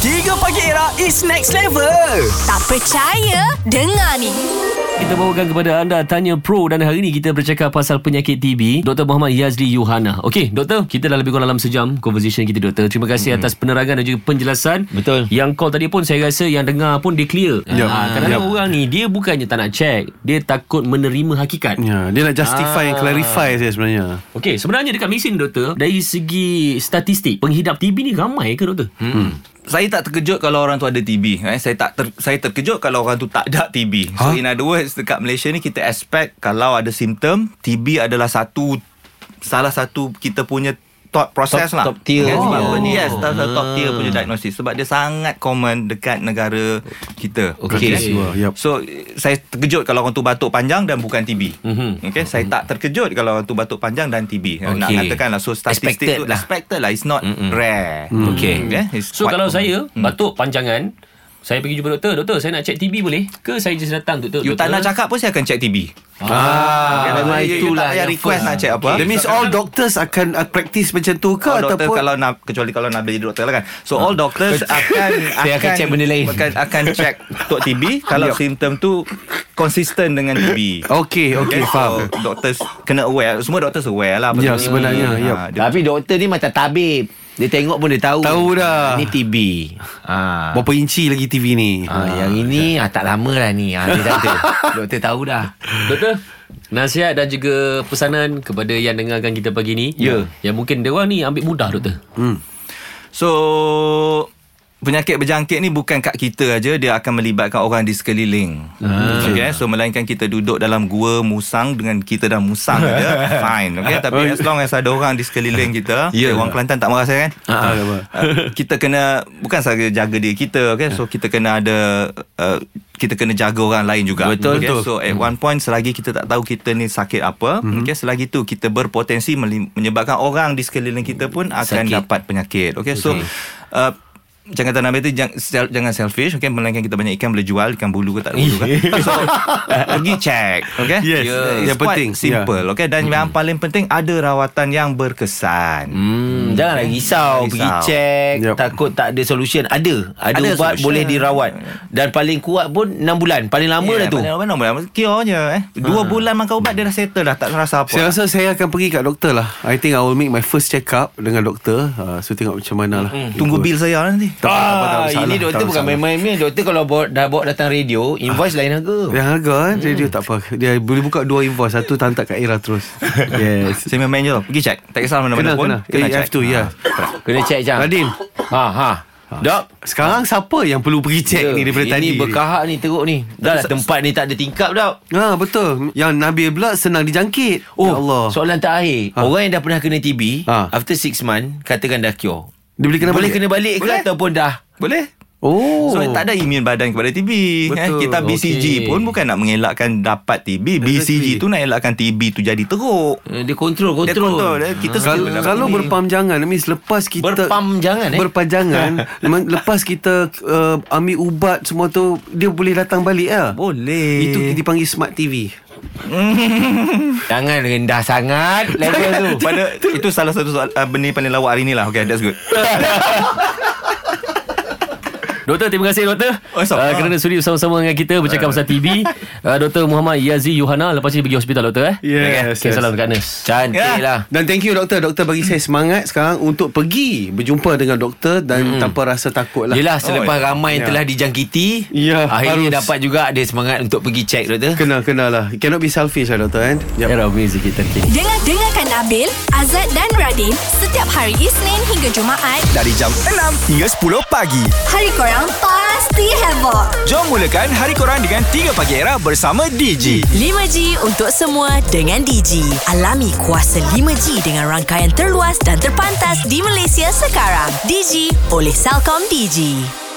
3 Pagi Era is next level. Tak percaya? Dengar ni. Kita bawakan kepada anda tanya pro dan hari ini kita bercakap pasal penyakit TB Dr. Muhammad Yazli Yuhana. Okey, doktor, kita dah lebih kurang dalam sejam conversation kita doktor. Terima kasih hmm. atas penerangan dan juga penjelasan. Betul. Yang call tadi pun saya rasa yang dengar pun dia clear. Ya. Ah, kadang-kadang Ya. orang ni dia bukannya tak nak check, dia takut menerima hakikat. Hmm. Ya, dia nak justify and clarify saya sebenarnya. Okey, sebenarnya dekat Malaysia ni doktor, dari segi statistik pengidap TB ni ramai ke doktor? Hmm. Saya tak terkejut kalau orang tu ada TB. Eh. Saya tak ter, saya terkejut kalau orang tu tak ada TB. So in other words dekat Malaysia ni kita expect kalau ada simptom TB adalah satu salah satu kita punya thought process Top- lah. top tier. Kan, sebab Oh. Hmm. apa ni? Yes, top, top tier punya diagnosis sebab dia sangat common dekat negara kita. Okay. Yup. So eh, saya terkejut kalau orang tu batuk panjang dan bukan Mhm. TB. Mm-hmm. Okay, saya tak terkejut kalau orang tu batuk panjang dan TB. Okay. Nak Okey. katakanlah so statistik Expected tu lah. expected lah. It's not mm-hmm. rare. Mm. Okey. Yeah, it's So quite kalau common. saya Hmm. batuk panjangan, saya pergi jumpa doktor, doktor saya nak check TB boleh? Ke saya just datang doktor? You tak doktor? nak cakap pun saya akan check TB. Ah, itulah memang itulah tak payah yang request lah, first. nak check apa. That means all doctors akan uh, practice macam tu ke All doktor ataupun kalau nak kecuali kalau nak jadi doktor lah kan. So all doctors akan Saya akan check benda lain. Akan, akan check untuk TB kalau simptom tu konsisten dengan TB. Okey, okey, Eh, faham. So, Oh, doctors kena aware. Semua doctors aware lah. Ya, pasal ni. sebenarnya, Ah, ya. dia- Tapi doktor ni macam tabib. Dia tengok pun dia tahu. Tahu dah. Ini TB. Ah. berapa inci lagi TV ni? Ah, yang ini ah, tak lama lah ni. Ah, dia doktor. doktor tahu dah. Doktor Nasihat dan juga pesanan kepada yang dengarkan kita pagi ni Ya. Yang mungkin dia orang ni ambil mudah doktor So penyakit berjangkit ni bukan kat kita aja dia akan melibatkan orang di sekeliling. Ah. Okay, so melainkan kita duduk dalam gua musang dengan kita dah musang aja fine. Okay, tapi Oh, ya. as long as ada orang di sekeliling kita, yeah. orang Kelantan tak merasa kan? Ah, tak apa. Uh, kita kena bukan sahaja jaga diri kita okay so kita kena ada uh, kita kena jaga orang lain juga Betul, okay? betul. so Hmm. at one point selagi kita tak tahu kita ni sakit apa mm-hmm. okay selagi tu kita berpotensi melim- menyebabkan orang di sekeliling kita pun akan Sakit. sakit. dapat penyakit okay, okay. so uh, Jangan tanam itu jangan, sel- jangan selfish okay? Melainkan kita banyak ikan boleh jual Ikan bulu ke tak ada bulu kan So uh, Pergi check okay? Yes, yeah. It's yang penting, quite simple yeah. okay? Dan Mm-hmm. yang paling penting Ada rawatan yang berkesan Hmm, janganlah risau, Jangan pergi risau. check, Yup. takut tak ada solution. Ada, ada, Ada ubat solution. boleh dirawat. Dan paling kuat pun 6 bulan, paling lama Ya, yeah, dah tu. Ah. Paling lama nombor lama. Cure je eh. Dua bulan makan ubat dia dah settle dah. Tak rasa apa. Saya rasa saya akan pergi kat doktor lah. I think I will make my first check up dengan doktor. Uh, so tengok macam mana lah. Tunggu bil saya lah nanti. Tak, apa, tak Ah, masalah, ini doktor tak bukan masalah. main-main. Doktor kalau bawa, dah bawa datang radio, invoice lain harga. Yang harga kan hmm. Mm. Radio tak apa Dia boleh buka dua invoice Satu tak hantar kat Ira terus Yes Saya main-main je tau. Pergi check. Tak kisah Kena mana-mana pun. kena Kena check. Ah, AF tu ya Kena check jang. Radim Ha ha. Dok. Sekarang siapa yang perlu pergi check Ya, ni Daripada ini tadi berkahak ni teruk ni. Dah lah se- tempat ni tak ada tingkap dok. Ha betul Yang Nabil pula senang dijangkit Oh, Ya Allah soalan terakhir. Ha. Ha. Orang yang dah pernah kena TB, Ha. ha. after 6 month, katakan dah cure. Dia boleh kena boleh balik? kena balik ke Boleh. ataupun dah? Boleh. Oh So tak ada imun badan kepada TB eh. Betul. Kita BCG Okey. pun bukan nak mengelakkan dapat TB BCG tu nak elakkan TB tu jadi teruk Eh, Dia kontrol, Dia kontrol. kontrol eh. Kita kalau, still dapat kalau TB. berpanjangan That means lepas kita Berpanjangan, eh? Berpanjangan men- Lepas kita uh, Ambil ubat semua tu Dia boleh datang balik lah Boleh Itu dipanggil smart TV Jangan rendah sangat level tu. pada itu salah satu soal, uh, benda yang paling lawak hari ni lah Okay that's good Doktor terima kasih doktor Oh, uh, sama. Kerana sudi bersama-sama dengan kita Bercakap pasal TB uh, Doktor Muhammad Yazri Yuhana Lepas ni pergi hospital doktor eh Yes, okay, yes. Salam dekat nurse Cantik Ya. lah. Dan thank you doktor Doktor bagi saya semangat sekarang Untuk pergi Berjumpa dengan doktor Dan mm. tanpa rasa takut lah Yelah selepas Oh, ramai yang ya. telah dijangkiti Ya, Akhirnya harus. dapat juga Ada semangat untuk pergi check doktor Kena, kena lah It Cannot be selfish lah doktor kan Yup. Era music kita kini Dengar-dengarkan Abil, Azad dan Radin setiap hari Isnin hingga Jumaat. Dari jam 6 hingga 10 pagi. Hari korang pasti heboh. Jom mulakan hari korang dengan 3 Pagi Era bersama DG. 5G untuk semua dengan Digi. Alami kuasa 5G dengan rangkaian terluas dan terpantas di Malaysia sekarang. Digi oleh Salcom Digi.